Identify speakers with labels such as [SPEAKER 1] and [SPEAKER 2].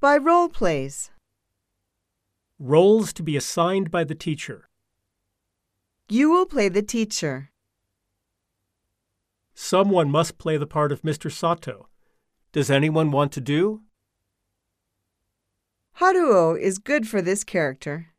[SPEAKER 1] by role plays.
[SPEAKER 2] Roles to be assigned by the teacher.
[SPEAKER 1] You will play the teacher.
[SPEAKER 2] Someone must play the part of Mr. Sato. Does anyone want to do?
[SPEAKER 1] Haruo is good for this character.